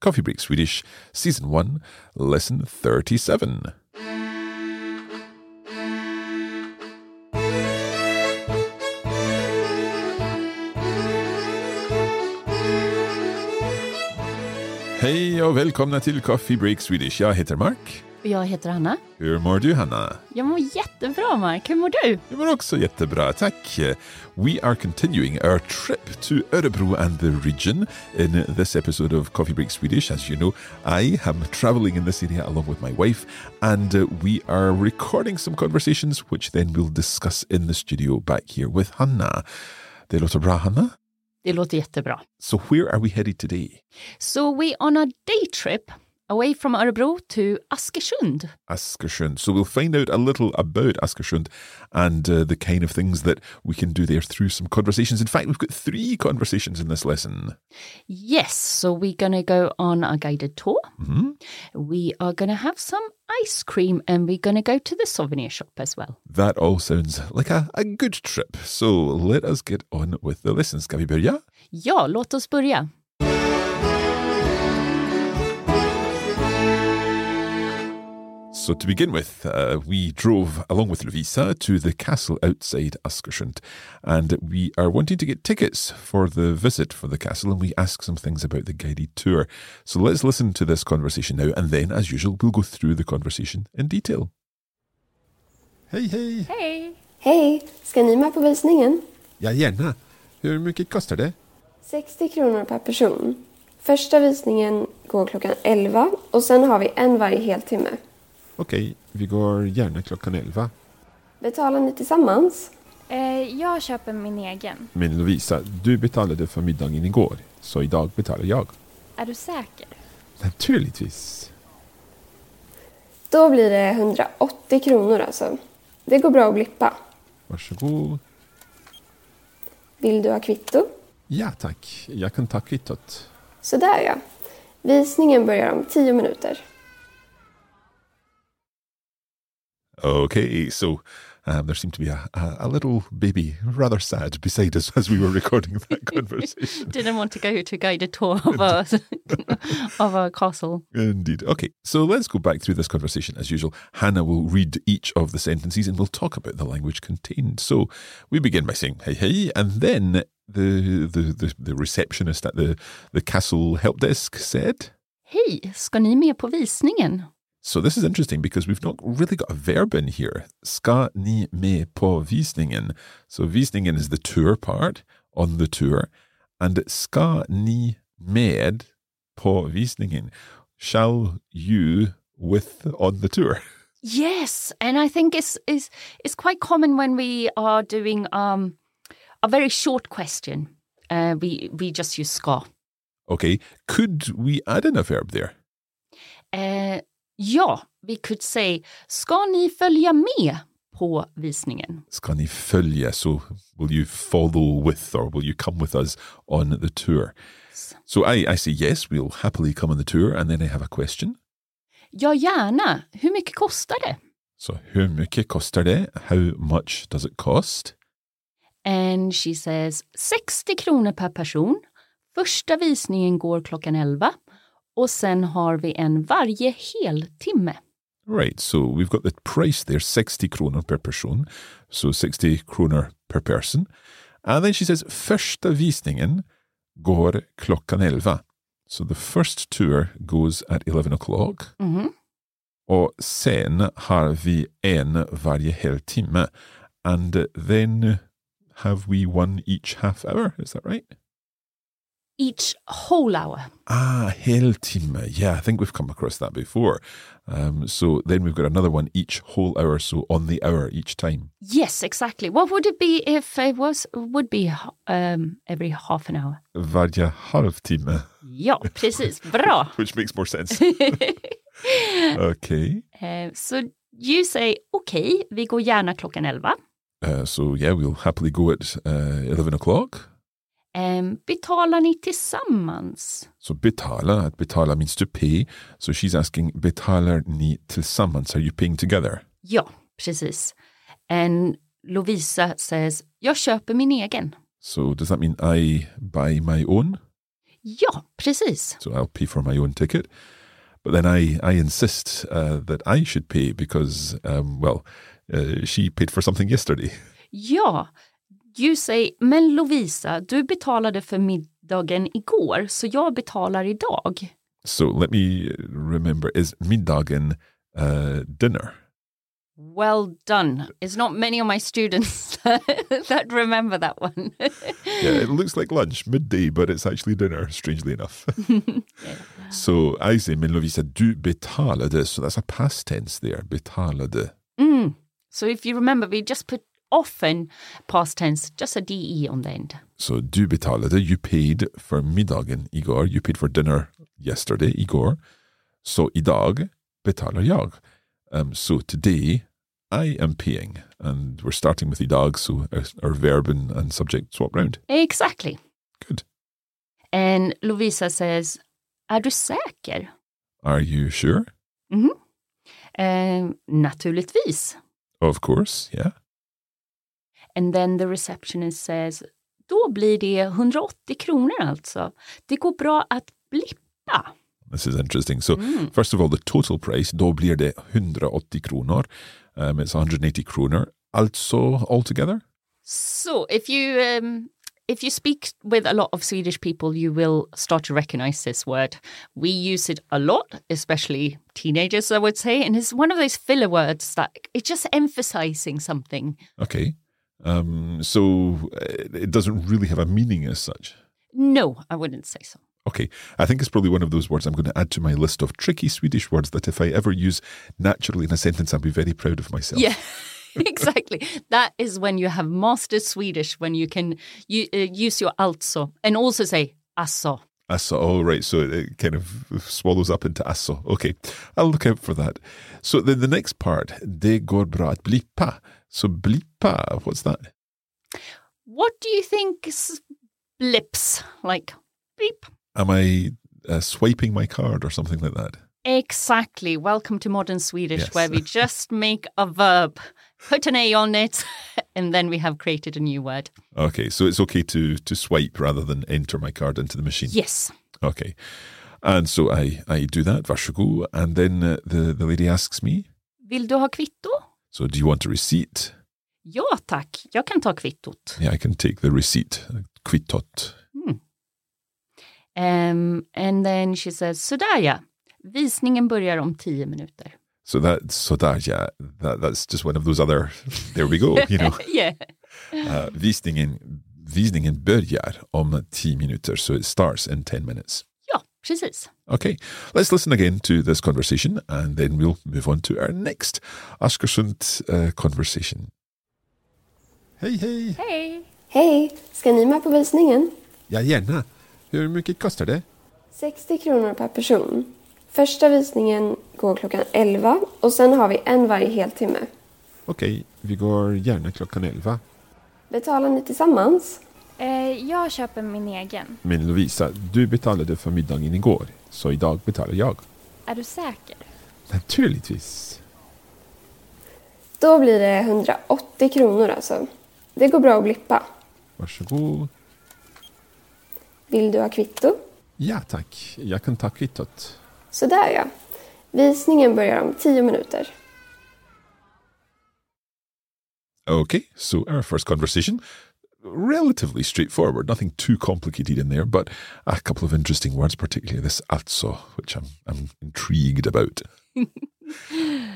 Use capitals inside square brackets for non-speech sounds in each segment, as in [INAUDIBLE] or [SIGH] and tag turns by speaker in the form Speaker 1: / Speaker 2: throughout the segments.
Speaker 1: Coffee Break Swedish, Season 1, Lesson 37. Hej och välkomna till Coffee Break Swedish. Jag heter Mark.
Speaker 2: Och jag heter Hanna.
Speaker 1: Hur mår du, Hanna?
Speaker 2: Jag mår jättebra, Mark. Hur mår du?
Speaker 1: Jag mår också jättebra, tack. We are continuing our trip to Örebro and the region. In this episode of Coffee Break Swedish, as you know, I am traveling in this area along with my wife, and uh, we are recording some conversations, which then we'll discuss in the studio back here with Hanna. Det låter bra, Hanna.
Speaker 2: Det låter jättebra.
Speaker 1: So where are we headed today?
Speaker 2: So we on a day trip away from Örebro to Askersund.
Speaker 1: Askersund. So we'll find out a little about Askersund and uh, the kind of things that we can do there through some conversations. In fact, we've got three conversations in this lesson.
Speaker 2: Yes, so we're going to go on a guided tour. We are going to have some ice cream and we're going to go to the souvenir shop as well.
Speaker 1: That all sounds like a, a good trip. So let us get on with the lesson. Ska vi börja?
Speaker 2: Ja, låt oss börja.
Speaker 1: So to begin with, uh, we drove along with Lovisa to the castle outside Askersund, and we are wanting to get tickets for the visit for the castle, and we ask some things about the guided tour. So let's listen to this conversation now, and then, as usual, we'll go through the conversation in detail. Hej, hej!
Speaker 3: Hej! Ska ni med på visningen?
Speaker 1: Ja, gärna. Hur mycket kostar det?
Speaker 3: 60 kronor per person. Första visningen går klockan 11 och sen har vi en varje heltimme.
Speaker 1: Okej, vi går gärna klockan elva.
Speaker 3: Betalar ni tillsammans?
Speaker 4: Eh, jag köper min egen.
Speaker 1: Men Lovisa, du betalade för middagen igår, så idag betalar jag.
Speaker 4: Är du säker?
Speaker 1: Naturligtvis.
Speaker 3: Då blir det 180 kronor alltså. Det går bra att blippa.
Speaker 1: Varsågod.
Speaker 3: Vill du ha kvitto?
Speaker 1: Ja tack, jag kan ta kvittot.
Speaker 3: Sådär ja. Visningen börjar om 10 minuter.
Speaker 1: Okay, so um, there seemed to be a, a, a little baby, rather sad, beside us as we were recording [LAUGHS] that conversation.
Speaker 2: Didn't want to go to guided tour of a, of a castle.
Speaker 1: Indeed. Okay, so let's go back through this conversation as usual. Hannah will read each of the sentences and we'll talk about the language contained. So we begin by saying hey hey, and then the the, the, the receptionist at the, the castle help desk said.
Speaker 2: Hej, ska ni med på visningen?
Speaker 1: So this is interesting because we've not really got a verb in here. Ska ni med på visningen? So visningen is the tour part on the tour, and ska ni med på visningen? Shall you with on the tour? [LAUGHS]
Speaker 2: Yes, and I think it's is it's quite common when we are doing um, a very short question. Uh, we we just use ska.
Speaker 1: Okay, could we add in a verb there?
Speaker 2: Eh, ja, we could say ska ni följa med på visningen?
Speaker 1: Ska ni följa? So will you follow with or will you come with us on the tour? So I, I say yes, we'll happily come on the tour, and then I have a question.
Speaker 2: Ja, gärna. Hur mycket kostar det?
Speaker 1: So hur mycket kostar det? How much does it cost?
Speaker 2: And she says 60 kronor per person. Första visningen går klockan 11 och sen har vi en varje heltimme.
Speaker 1: Right, so we've got the price there, 60 kronor per person, so 60 kronor per person. And then she says, första visningen går klockan 11. So the first tour goes at 11 o'clock.
Speaker 2: Mhm.
Speaker 1: Och sen har vi en varje heltimme. And then have we one each half hour, is that right?
Speaker 2: each whole hour.
Speaker 1: Ah, Heltima. Yeah, I think we've come across that before. Um, so then we've got another one each whole hour, so on the hour each time.
Speaker 2: Yes, exactly. What would it be if it was would be um, every half an hour?
Speaker 1: Varja [LAUGHS] Halvtima,
Speaker 2: Ja, precis. Bra.
Speaker 1: which makes more sense. okay.
Speaker 2: Eh, Så you say okej, vi går gärna klockan 11.
Speaker 1: Uh, so yeah, we'll happily go at uh, 11 o'clock.
Speaker 2: Ehm, Betalar ni tillsammans?
Speaker 1: So betala, at betala means to pay. So she's asking betalar ni tillsammans, are you paying together?
Speaker 2: Ja, precis. And Lovisa says, jag köper min egen.
Speaker 1: So does that mean I buy my own?
Speaker 2: Ja, precis.
Speaker 1: so I'll pay for my own ticket. But then I, I insist uh, that I should pay because, um, well, uh, she paid for something yesterday.
Speaker 2: Ja, you say, men Lovisa, du betalade för middagen igår, så jag betalar idag.
Speaker 1: So let me remember is middagen uh, dinner?
Speaker 2: Well done. It's not many of my students [LAUGHS] that remember that one. [LAUGHS]
Speaker 1: Yeah, it looks like lunch, midday, but it's actually dinner, strangely enough. [LAUGHS] so I say, men Lovisa, du betalade. So that's a past tense there, betalade.
Speaker 2: Mm. So if you remember, we just put often past tense, just a DE on the end.
Speaker 1: So du betalade, you paid for middagen igår, you paid for dinner yesterday, igår. So idag betalar jag. Um, so today I am paying. And we're starting with idag, so our, our verb and, and er subject swap round.
Speaker 2: Exactly.
Speaker 1: Good.
Speaker 2: And Lovisa says, är du säker?
Speaker 1: Are you sure?
Speaker 2: Mhm. Eh, naturligtvis.
Speaker 1: Of course, yeah.
Speaker 2: And then the receptionist says, då blir det 180 kronor alltså. Det går bra att blippa.
Speaker 1: This is interesting. So, first of all, the total price, då blir det 180 kronor. Um, it's 180 kronor. Also, altogether?
Speaker 2: So, if you um, if you speak with a lot of Swedish people, you will start to recognize this word. We use it a lot, especially teenagers, I would say, and it's one of those filler words that it's just emphasizing something.
Speaker 1: Okay. Um, so, uh, it doesn't really have a meaning as such.
Speaker 2: No, I wouldn't say so.
Speaker 1: Okay, I think it's probably one of those words I'm going to add to my list of tricky Swedish words that if I ever use naturally in a sentence, I'll be very proud of myself.
Speaker 2: Yeah. [LAUGHS] exactly. That is when you have mastered Swedish, when you can you, uh, use your alltså and also say asså.
Speaker 1: Asso, oh, right. So it- it kind of swallows up into asso. Okay, I'll look out for that. So then the next part, det går bra att blippa. So blippa, what's that?
Speaker 2: What do you think s- blips like? Beep.
Speaker 1: Am I uh, swiping my card or something like that?
Speaker 2: Exactly. Welcome to modern Swedish,
Speaker 1: Yes.
Speaker 2: [LAUGHS] where we just make a verb, put an A on it, [LAUGHS] and then we have created a new word.
Speaker 1: Okay, so it's okay to, to swipe rather than enter my card into the machine.
Speaker 2: Yes.
Speaker 1: Okay. And so I, I do that, varsågod. And then uh, the, the lady asks me,
Speaker 2: Vill du ha kvitto?
Speaker 1: So, do you want a receipt?
Speaker 2: Ja tack, jag kan ta kvittot.
Speaker 1: Yeah, I can take the receipt. uh, Kvittot.
Speaker 2: Um, and then she says, sådär ja, visningen börjar om tio minuter.
Speaker 1: So that's so that yeah, that that's just one of those other. [LAUGHS] There we go. You
Speaker 2: [LAUGHS]
Speaker 1: know,
Speaker 2: [LAUGHS] yeah.
Speaker 1: uh, visningen visningen börjar om 10 minuter. So it starts in ten minutes.
Speaker 2: Ja, precis.
Speaker 1: Okay, let's listen again to this conversation, and then we'll move on to our next Askersund uh, conversation. Hej hej!
Speaker 4: Hej!
Speaker 3: Hej, ska ni med på visningen?
Speaker 1: Ja gärna. Hur mycket kostar det?
Speaker 3: 60 kronor per person. Första visningen går klockan 11 och sen har vi en varje heltimme.
Speaker 1: Okej, vi går gärna klockan elva.
Speaker 3: Betalar ni tillsammans?
Speaker 4: Eh, jag köper min egen.
Speaker 1: Men Lovisa, du betalade för middagen igår, så idag betalar jag.
Speaker 4: Är du säker?
Speaker 1: Naturligtvis.
Speaker 3: Då blir det 180 kronor alltså. Det går bra att blippa.
Speaker 1: Varsågod.
Speaker 3: Vill du ha kvitto?
Speaker 1: Ja tack, jag kan ta kvittot.
Speaker 3: Sådär ja. Visningen börjar om 10 minuter.
Speaker 1: Okay, so our first conversation, relatively straightforward, nothing too complicated in there, but a couple of interesting words, particularly this atso, which I'm, I'm intrigued about.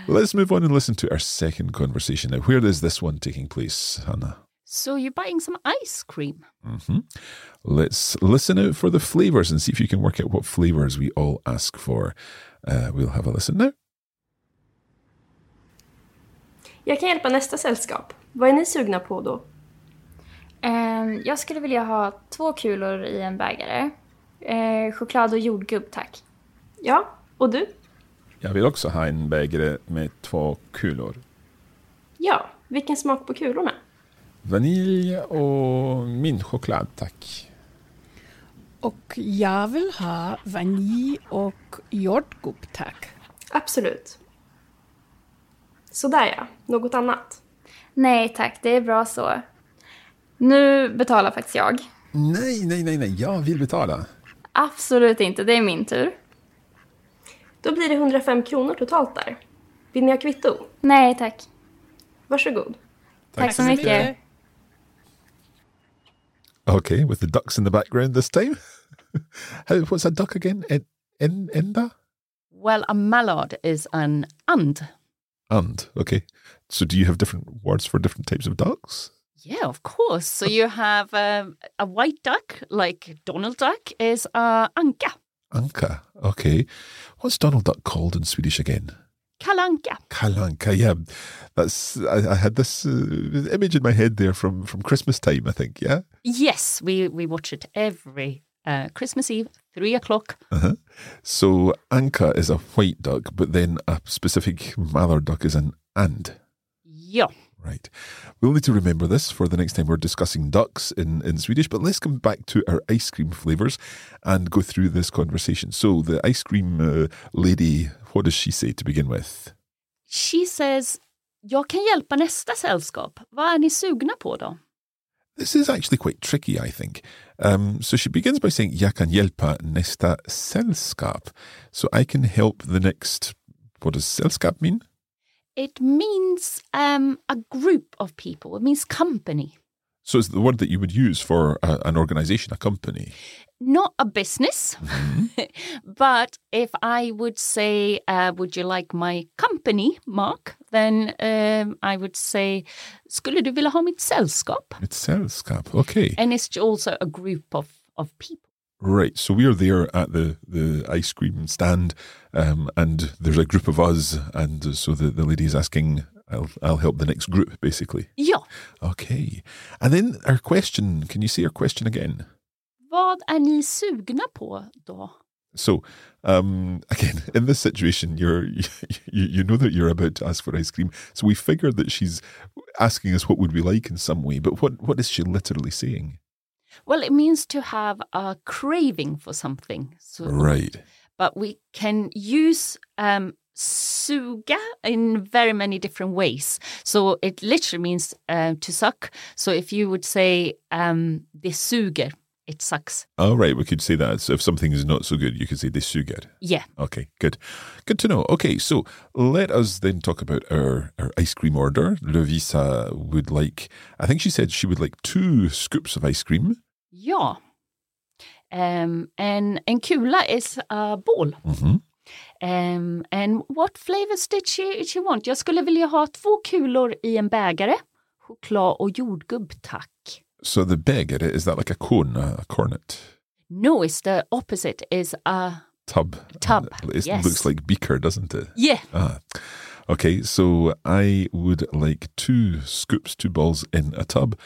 Speaker 1: Let's move on and listen to our second conversation. Now, where is this one taking place, Hannah?
Speaker 2: So you're buying some ice cream.
Speaker 1: Let's listen out for the flavors and see if you can work out what flavors we all ask for. Uh, we'll have a listen now.
Speaker 5: Jag kan hjälpa nästa sällskap. Vad är ni sugna på då?
Speaker 4: Ehm, jag skulle vilja ha två kulor i en bägare. Eh, choklad och jordgubb, tack.
Speaker 5: Ja, och du?
Speaker 1: Jag vill också ha en bägare med två kulor.
Speaker 5: Ja, vilken smak på kulorna?
Speaker 1: Vanilj och min choklad, tack.
Speaker 6: Och jag vill ha vanilj och jordgubb, tack.
Speaker 5: Absolut. Sådär ja, något annat?
Speaker 4: Nej tack, det är bra så. Nu betalar faktiskt jag.
Speaker 1: Nej, nej, nej, nej, jag vill betala.
Speaker 4: Absolut inte, det är min tur.
Speaker 5: Då blir det 105 kronor totalt där. Vill ni ha kvitto?
Speaker 4: Nej tack.
Speaker 5: Varsågod.
Speaker 4: Tack, så mycket.
Speaker 1: Okay, with the ducks in the background this time. [LAUGHS] How, what's a duck again? En, en, enda?
Speaker 2: Well, a mallard is an and.
Speaker 1: And, okay. So do you have different words for different types of ducks?
Speaker 2: Yeah, of course. [LAUGHS] So you have um, a white duck, like Donald Duck, is a anka,
Speaker 1: Anka, okay. What's Donald Duck called in Swedish again?
Speaker 2: kalanka.
Speaker 1: Kalanka, yeah. That's, I, I had this uh, image in my head there from, from Christmas time, I think, yeah?
Speaker 2: Yes, we we watch it every uh, Christmas Eve, three o'clock.
Speaker 1: So Anka is a white duck, but then a specific mallard duck is an and.
Speaker 2: Yeah.
Speaker 1: Right. We'll need to remember this for the next time we're discussing ducks in, in Swedish, but let's come back to our ice cream flavours and go through this conversation. So, the ice cream uh, lady, what does she say to begin with?
Speaker 2: She says, jag kan hjälpa nästa sällskap. Vad är ni sugna på då?
Speaker 1: This is actually quite tricky, I think. Um, so, she begins by saying, Jag kan hjälpa nästa sällskap. So, I can help the next. What does sällskap mean?
Speaker 2: It means um, a group of people. It means company.
Speaker 1: So, it's the word that you would use for a, an organisation, a company.
Speaker 2: not a business, [LAUGHS] but if I would say, uh, "Would you like my company, Mark?" Then um, I would say, "Skulle du vilja ha mitt sällskap?"
Speaker 1: It's sällskap. Okay.
Speaker 2: And it's also a group of of people.
Speaker 1: Right. So we are there at the, the ice cream stand, um, and there's a group of us. And uh, so the, the lady is asking, I'll, I'll help the next group, basically.
Speaker 2: Ja,
Speaker 1: Okay. And then our question can you say our question again?
Speaker 2: vad är ni sugna på då?
Speaker 1: So, um, again, [LAUGHS] in this situation, you're [LAUGHS] you, you know that you're about to ask for ice cream. So we figured that she's asking us what would we like in some way. But what, what is she literally saying?
Speaker 2: Well, it means to have a craving for something. So,
Speaker 1: Right.
Speaker 2: But we can use um, suga in very many different ways. So it literally means uh, to suck. So if you would say um, det suger, it sucks.
Speaker 1: All right. We could say that. So if something is not so good, you could say they sugar.
Speaker 2: Yeah.
Speaker 1: Okay, good. Good to know. Okay, so let us then talk about our, our ice cream order. Lovisa would like, I think she said she would like two scoops of ice cream.
Speaker 2: Ja. Um, and en kula is a ball.
Speaker 1: Mhm.
Speaker 2: Um, and what flavors did she, she want? Jag skulle vilja ha två kulor i en bägare. Choklad och jordgubb, tack.
Speaker 1: So the big, it- is that like a cone, a, a cornet?
Speaker 2: No, it's the opposite. Is a
Speaker 1: Tub. Uh,
Speaker 2: Tub,
Speaker 1: It
Speaker 2: yes.
Speaker 1: looks like beaker, doesn't it?
Speaker 2: yeah.
Speaker 1: Ah. Okay, so I would like two scoops, two balls in a tub.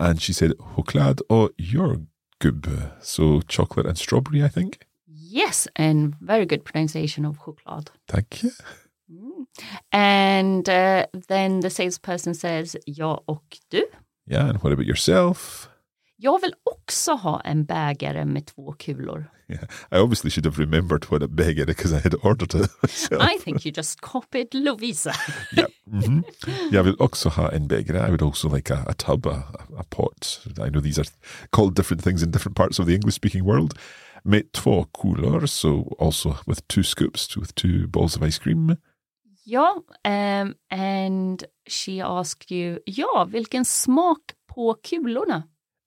Speaker 1: And she said, choklad och jordgubb. So chocolate and strawberry, I think.
Speaker 2: Yes, and very good pronunciation of choklad.
Speaker 1: Tack.
Speaker 2: And uh, then the salesperson says ja och du.
Speaker 1: Yeah, and what about yourself? [LAUGHS]
Speaker 2: Jag vill också ha en bägare med två kulor.
Speaker 1: Yeah, I obviously should have remembered what a bag it because I had ordered it. [LAUGHS] myself.
Speaker 2: I think you just copied Lovisa.
Speaker 1: yeah. hmm yeah, I would also ha in bag. I would also like a, a tub, a, a pot. I know these are called different things in different parts of the English speaking world. Med två kulor, so also with two scoops, with two balls of ice cream.
Speaker 2: ja, um, and she asked you ja, vilken smak på kulorna?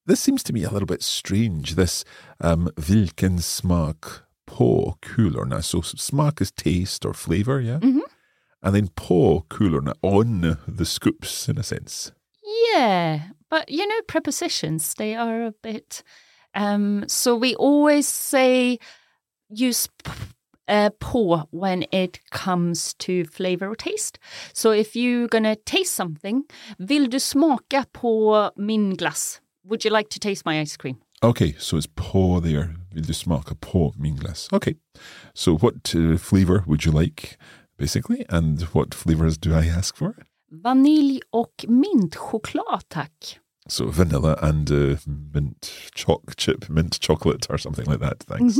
Speaker 1: This seems to me a little bit strange. This um, vilken smak på kulorna. So smak is taste or flavor, yeah. And then på kulorna on the scoops in a sense.
Speaker 2: Yeah, But you know, prepositions, they are a bit. Um, so we always say use p- uh, pour when it comes to flavor or taste. So if you're going to taste something, vill du smaka på min glass? Would you like to taste my ice cream?
Speaker 1: Okay, so it's poor there. Vill du smaka på min glass? Okay, so what uh, flavor would you like, basically, and what flavors do I ask for?
Speaker 2: Vanilj och mintchoklad, tack.
Speaker 1: So vanilla and uh, mint choc chip, mint chocolate, or something like that. Thanks.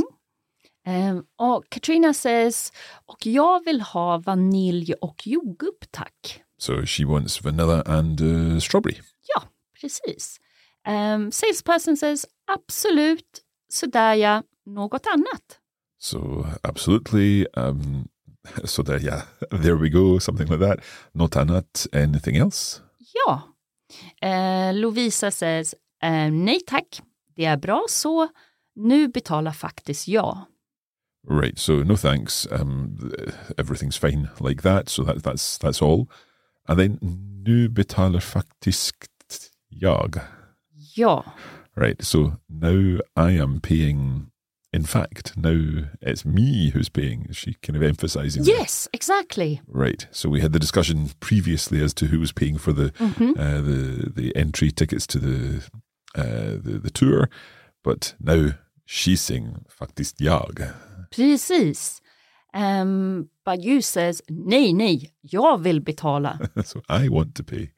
Speaker 2: Um, och Katrina says, och jag vill ha vanilj och jordgubb, tack.
Speaker 1: So she wants vanilla and uh, strawberry.
Speaker 2: Ja, precis. Um, salesperson says absolut, sådär ja, något annat.
Speaker 1: So absolutely. Um, [LAUGHS] so there, yeah, [LAUGHS] there we go. Something like that. Not annat. Anything else?
Speaker 2: Ja. Eh, Lovisa says eh, nej tack, det är bra så, nu betalar faktiskt jag.
Speaker 1: Right. So no thanks. Um, th- everything's fine like that. So that, that's that's all. And then nu betalar faktiskt jag.
Speaker 2: Ja,
Speaker 1: Right. So now I am paying. In fact, now it's me who's paying. Is She kind of emphasizing. that?
Speaker 2: yes, exactly.
Speaker 1: Right. So we had the discussion previously as to who was paying for the uh, the the entry tickets to the uh, the, the tour, but now she's saying faktiskt jag.
Speaker 2: Precis. Um, but you says nej, nej, jag vill betala.
Speaker 1: [LAUGHS] so I want to pay.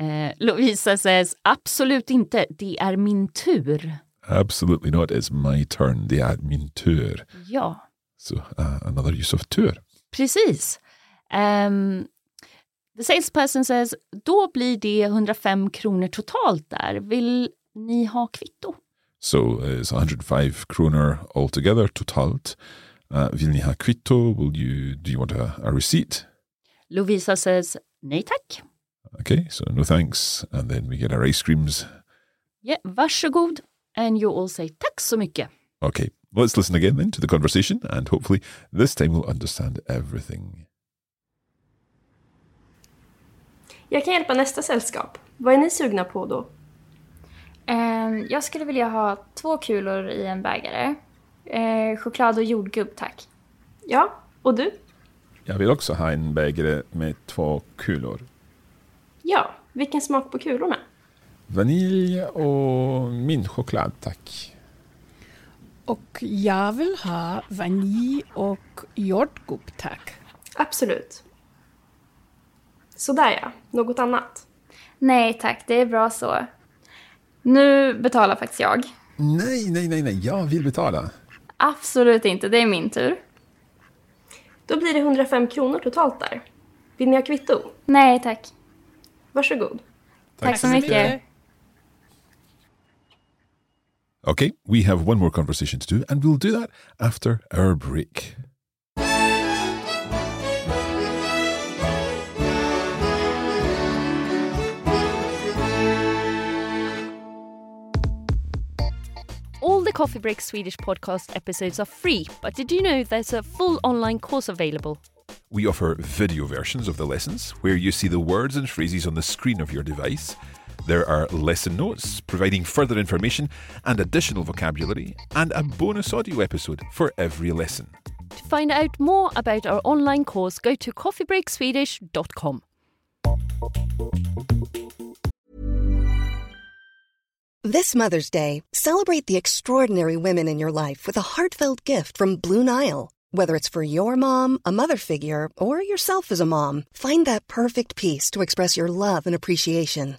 Speaker 2: Eh, Lovisa says absolut inte, det är min tur.
Speaker 1: Absolutely not. It's my turn. The admin tour.
Speaker 2: Ja.
Speaker 1: So uh, another use of tour.
Speaker 2: Precis. Um, the salesperson says, då blir det 105 kronor totalt där. Vill ni ha kvitto?
Speaker 1: So uh, it's 105 kroner altogether totalt. Uh, vill ni ha kvitto? Will you? Do you want a, a receipt?
Speaker 2: Lovisa says, nej tack.
Speaker 1: Okay. So no thanks. And then we get our ice creams.
Speaker 2: Yeah, varsågod. And you all say tack så mycket.
Speaker 1: Okay, let's listen again then to the conversation, and hopefully this time we'll understand everything.
Speaker 5: Jag kan hjälpa nästa sällskap. Vad är ni sugna på då?
Speaker 4: Ehm, jag skulle vilja ha två kulor i en bägare. Eh, choklad och jordgubb tack.
Speaker 5: Ja, och du?
Speaker 7: Jag vill också ha en bägare med två kulor.
Speaker 5: Ja, vilken smak på kulorna?
Speaker 7: Vanilj och mintchoklad, tack.
Speaker 6: Och jag vill ha vanilj och jordgubb tack.
Speaker 5: Absolut. Sådär ja, något annat?
Speaker 4: Nej tack, det är bra så. Nu betalar faktiskt jag.
Speaker 7: Nej, nej, nej, nej, jag vill betala.
Speaker 4: Absolut inte, det är min tur.
Speaker 5: Då blir det 105 kronor totalt där. Vill ni ha kvitto?
Speaker 4: Nej tack.
Speaker 5: Varsågod.
Speaker 4: Tack, så mycket.
Speaker 1: Okay, we have one more conversation to do, and we'll do that after our break.
Speaker 8: All the Coffee Break Swedish podcast episodes are free, but did you know there's a full online course available?
Speaker 1: We offer video versions of the lessons where you see the words and phrases on the screen of your device. There are lesson notes providing further information and additional vocabulary, and a bonus audio episode for every lesson.
Speaker 8: To find out more about our online course, go to coffeebreakswedish.com.
Speaker 9: This Mother's Day, celebrate the extraordinary women in your life with a heartfelt gift from Blue Nile. Whether it's for your mom, a mother figure, or yourself as a mom, find that perfect piece to express your love and appreciation.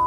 Speaker 10: a-"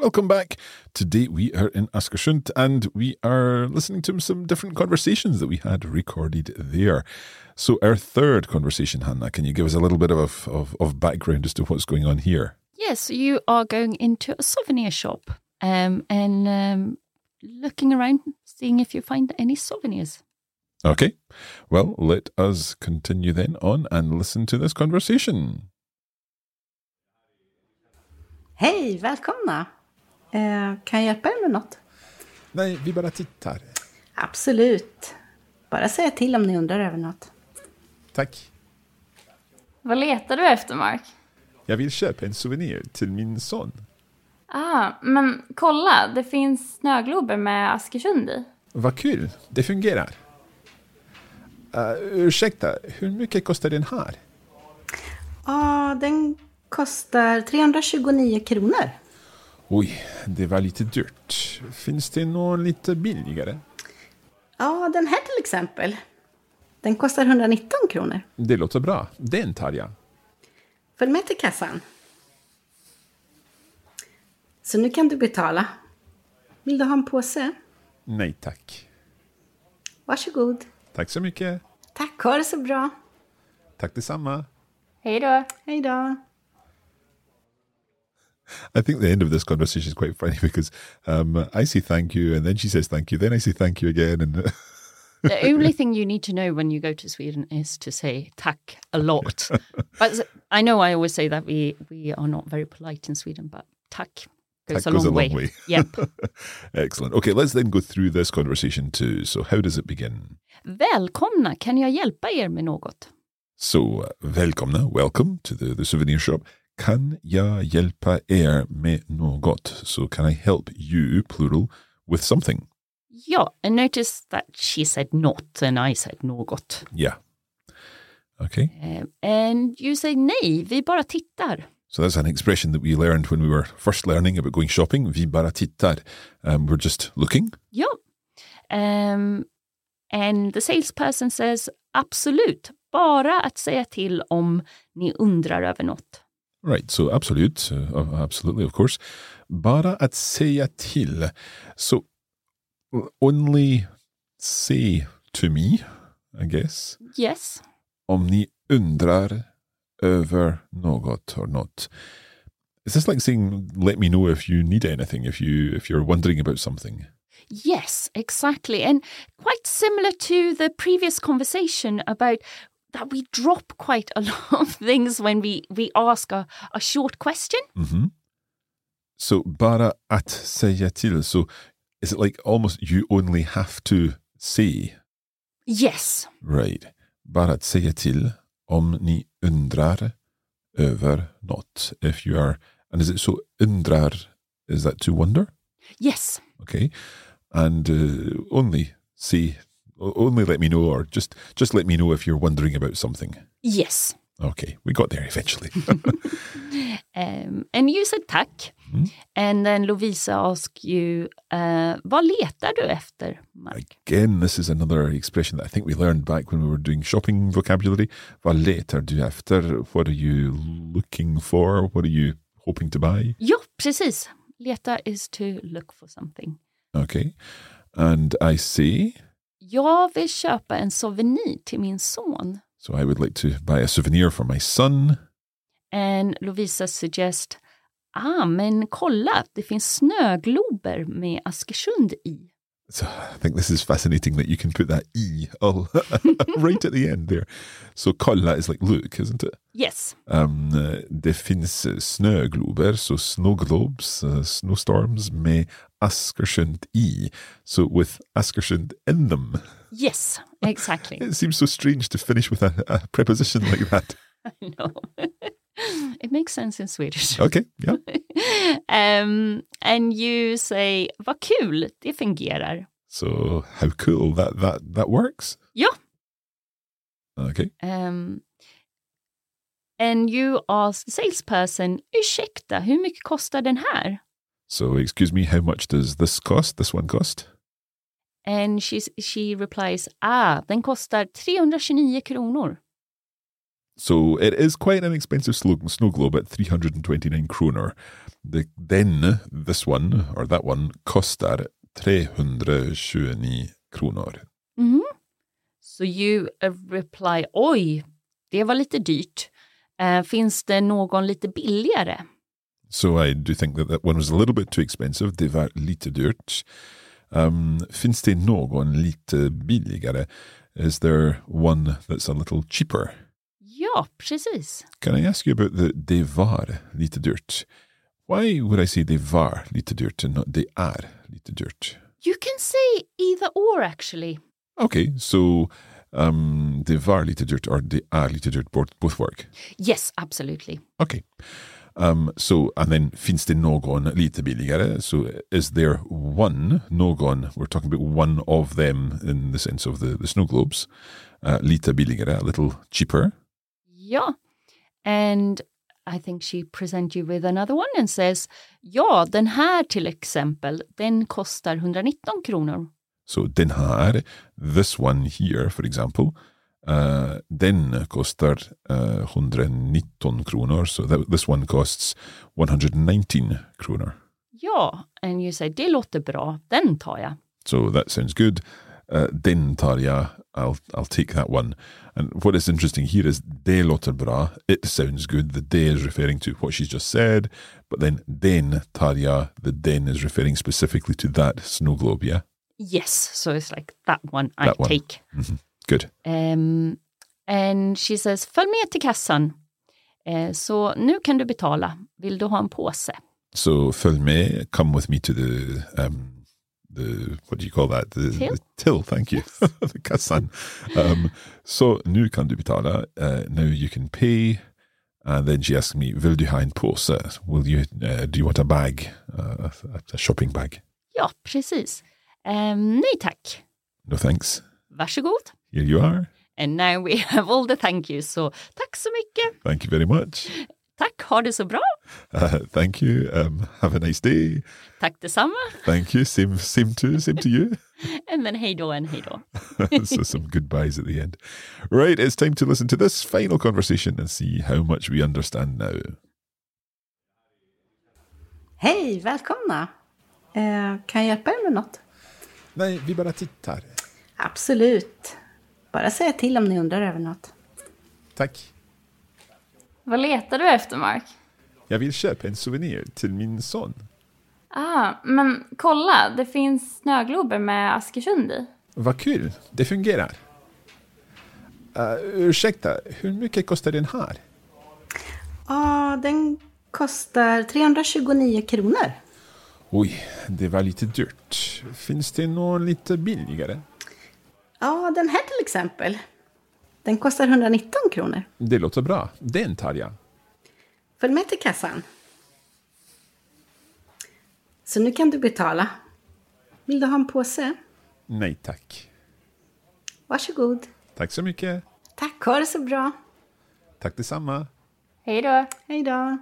Speaker 1: Welcome back. Today we are in Askersund and we are listening to some different conversations that we had recorded there. So, our third conversation, Hannah, can you give us a little bit of, of, of background as to what's going on here?
Speaker 2: Yes, you are going into a souvenir shop um, and um, looking around, seeing if you find any souvenirs.
Speaker 1: Okay. Well, let us continue then on and listen to this conversation.
Speaker 11: Hej, välkomna! Eh, kan jag hjälpa er med något?
Speaker 7: Nej, vi bara tittar.
Speaker 11: Absolut. Bara säga till om ni undrar över något.
Speaker 7: Tack.
Speaker 4: Vad letar du efter, Mark?
Speaker 7: Jag vill köpa en souvenir till min son.
Speaker 4: Ah, men kolla, det finns snöglober med Askersund i.
Speaker 7: Vad kul, det fungerar. Uh, ursäkta, hur mycket kostar den här?
Speaker 11: Ja, ah, den kostar 329 kronor.
Speaker 7: Oj, det var lite dyrt. Finns det någon lite billigare?
Speaker 11: Ja, den här till exempel. Den kostar 119 kronor.
Speaker 7: Det låter bra. Den tar jag.
Speaker 11: Följ med till kassan. Så nu kan du betala. Vill du ha en påse?
Speaker 7: Nej tack.
Speaker 11: Varsågod.
Speaker 7: Tack så mycket.
Speaker 11: Tack, ha det så bra.
Speaker 7: Tack detsamma.
Speaker 4: Hej då.
Speaker 11: Hej då.
Speaker 1: I think the end of this conversation is quite funny because um, I say thank you, and then she says thank you, then I say thank you again, and
Speaker 2: the [LAUGHS] only thing you need to know when you go to Sweden is to say tack a [LAUGHS] lot. but I know I always say that we we are not very polite in Sweden, but tack. Goes
Speaker 1: Tack
Speaker 2: a long, way. [LAUGHS] Yep.
Speaker 1: Excellent. Okay, let's then go through this conversation too. So, how does it begin?
Speaker 2: Välkomna, kan jag hjälpa er med något?
Speaker 1: So, uh, välkomna, welcome to the, the souvenir shop. Kan jag hjälpa er med något? So, can I help you, plural, with something?
Speaker 2: Ja, and notice that she said not and I said något.
Speaker 1: Yeah. Okay.
Speaker 2: Um, and you say nej, vi bara tittar.
Speaker 1: So that's an expression that we learned when we were first learning about going shopping. Vi bara tittar. Um, we're just looking.
Speaker 2: Ja. Um, and the salesperson says absolut, bara att säga till om ni undrar över något.
Speaker 1: Right. So absolute, uh, absolutely, of course. Bara att säga till. So only say to me, I guess,
Speaker 2: Yes.
Speaker 1: om ni undrar över något or not. Is this like saying, let me know if you need anything, if you if you're wondering about something?
Speaker 2: Yes, exactly. And quite similar to the previous conversation about that we drop quite a [LAUGHS] lot of things when we, we ask a, a short question.
Speaker 1: Mhm. So bara att säga till. So is it like almost you only have to say?
Speaker 2: Yes.
Speaker 1: Right. Bara att säga till om ni undrar över något. If you are, and is it so undrar, is that to wonder?
Speaker 2: Yes.
Speaker 1: Okay. And uh, only say, o- only let me know or just, just let me know if you're wondering about something.
Speaker 2: Yes.
Speaker 1: Okay. We got there eventually.
Speaker 2: Um, and you said tack. And then Lovisa asked you, uh, vad letar du efter, Mark?
Speaker 1: Again, this is another expression that I think we learned back when we were doing shopping vocabulary. Vad letar du efter? What are you looking for? What are you hoping to buy?
Speaker 2: Ja, precis. Leta is to look for something.
Speaker 1: Okay. And I say,
Speaker 2: Jag vill köpa en souvenir till min son.
Speaker 1: so I would like to buy a souvenir for my son.
Speaker 2: And Lovisa suggest, ah men kolla, det finns snöglober med Askersund i.
Speaker 1: So I think this is fascinating that you can put that E all [LAUGHS] right at the end there. So kolla is like look, isn't it?
Speaker 2: Yes.
Speaker 1: Um, eh, det finns eh, snöglober, så snowglobes, eh, snowstorms med Askersund i. So with Askersund in them.
Speaker 2: Yes, exactly.
Speaker 1: [LAUGHS] It seems so strange to finish with a, a preposition like that.
Speaker 2: I know. [LAUGHS] It makes sense in Swedish.
Speaker 1: Okay, yeah.
Speaker 2: [LAUGHS] um, and you say, vad kul, det fungerar.
Speaker 1: So how cool that that that works.
Speaker 2: Ja.
Speaker 1: Okay.
Speaker 2: Um, and you ask the salesperson, ursäkta, hur mycket kostar den här?
Speaker 1: So excuse me, how much does this cost? This one cost?
Speaker 2: And she, she replies, ah, den kostar 329 kronor.
Speaker 1: So it is quite an expensive slogan, snow globe at 329 kroner. The, then this one, or that one, kostar 329 kronor.
Speaker 2: Mhm. So you uh, reply, oj, det var lite dyrt. Eh, finns det någon lite billigare?
Speaker 1: So I do think that that one was a little bit too expensive. Det var lite dyrt. Um, finns det någon lite billigare? Is there one that's a little cheaper?
Speaker 2: Ja, precis.
Speaker 1: Can I ask you about the det var lite dyrt? Why would I say det var lite dyrt and not det är lite dyrt?
Speaker 2: You can say either or actually.
Speaker 1: Okay, so um, det var lite dyrt or det är lite dyrt both, both work.
Speaker 2: Yes, absolutely.
Speaker 1: Okay. Um, so, and then finns det någon lite billigare? So, is there one, någon, we're talking about one of them in the sense of the, the snow globes, uh, lite billigare, a little cheaper.
Speaker 2: Ja. And I think she present you with another one and says, ja, den här till exempel, den kostar 119 kronor.
Speaker 1: So, den här, this one here, for example, uh, den kostar uh, 119 kronor. So, that, this one costs 119 kronor.
Speaker 2: Ja, and you say, det låter bra, den tar jag.
Speaker 1: So that sounds good. Uh, den tar jag. I'll, I'll take that one. And what is interesting here is de låter bra. It sounds good. The de is referring to what she's just said. But then den tar jag. The den is referring specifically to that snow globe, yeah?
Speaker 2: Yes, so it's like that one I
Speaker 1: That one.
Speaker 2: take.
Speaker 1: Mhm. Good.
Speaker 2: Um, and she says, följ med till kassan. Eh, så nu kan du betala. Vill du ha en påse?
Speaker 1: So följ med, come with me to the, um, the what do you call that? The
Speaker 2: Till?
Speaker 1: the till thank you. [LAUGHS] the kassan. Um, so nu kan du betala. Uh, now you can pay. And then she asked me, vill du ha en påse? Will you, uh, do you want a bag? Uh, a, a shopping bag?
Speaker 2: Ja, precis. Um, nej tack.
Speaker 1: No thanks.
Speaker 2: Varsågod.
Speaker 1: Here you are.
Speaker 2: And now we [LAUGHS] have all the thank yous. Så tack så mycket.
Speaker 1: Thank you very much.
Speaker 2: Tack, ha det så bra.
Speaker 1: Uh, thank you. Um, have a nice day.
Speaker 2: Tack detsamma.
Speaker 1: Thank you. Same, same to, same to you.
Speaker 2: And then hej då and hej då.
Speaker 1: [LAUGHS] so some goodbyes at the end. Right, it's time to listen to this final conversation and see how much we understand now.
Speaker 11: Hej, välkomna! Eh, kan jag hjälpa er med något?
Speaker 7: Nej, vi bara tittar.
Speaker 11: Absolut. Bara säga till om ni undrar över något.
Speaker 7: Tack.
Speaker 4: Vad letar du efter, Mark?
Speaker 7: Jag vill köpa en souvenir till min son.
Speaker 4: Ah, men kolla, det finns snöglober med Askersund i.
Speaker 7: Vad kul, det fungerar. Uh, ursäkta, hur mycket kostar den här?
Speaker 11: Ja, den kostar 329 kronor.
Speaker 7: Oj, det var lite dyrt. Finns det någon lite billigare?
Speaker 11: Ja, den här till exempel. Den kostar 119 kronor.
Speaker 7: Det låter bra. Den tar jag.
Speaker 11: Följ med till kassan. Så nu kan du betala. Vill du ha en påse?
Speaker 7: Nej tack.
Speaker 11: Varsågod.
Speaker 7: Tack så mycket.
Speaker 11: Tack, ha det så bra.
Speaker 7: Tack detsamma.
Speaker 4: Hej då.
Speaker 11: Hej då.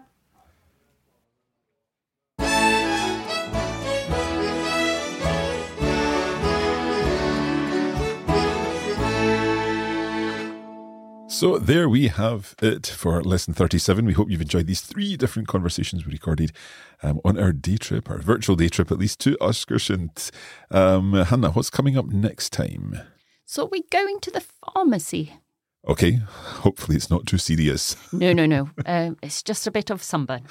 Speaker 1: So there we have it for lesson 37. We hope you've enjoyed these three different conversations we recorded um, on our day trip, our virtual day trip at least, to Oskarshund. Um Hannah, what's coming up next time?
Speaker 2: So we're going to the pharmacy.
Speaker 1: Okay, hopefully it's not too serious.
Speaker 2: No, no, no. Um, it's just a bit of sunburn.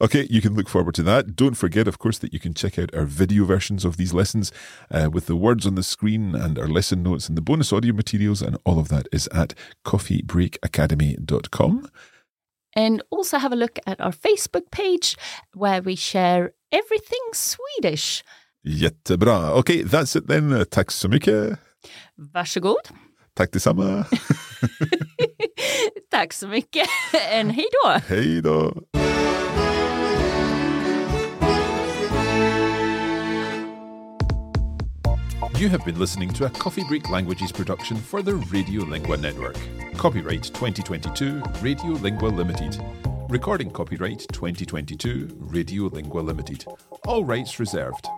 Speaker 1: Okay, you can look forward to that. Don't forget, of course, that you can check out our video versions of these lessons uh, with the words on the screen and our lesson notes and the bonus audio materials, and all of that is at coffeebreakacademy.com.
Speaker 2: And also have a look at our Facebook page where we share everything Swedish.
Speaker 1: Jättebra. uh, Okay, that's it then. Uh, Tack så mycket.
Speaker 2: Varsågod.
Speaker 1: Tack detsamma.
Speaker 2: [LAUGHS] Tack så mycket. En hej då.
Speaker 1: Hej då! You have been listening to a Coffee Break Languages production for the Radiolingua Network. Copyright 2022 Radiolingua Limited. Recording copyright 2022 Radiolingua Limited. All rights reserved.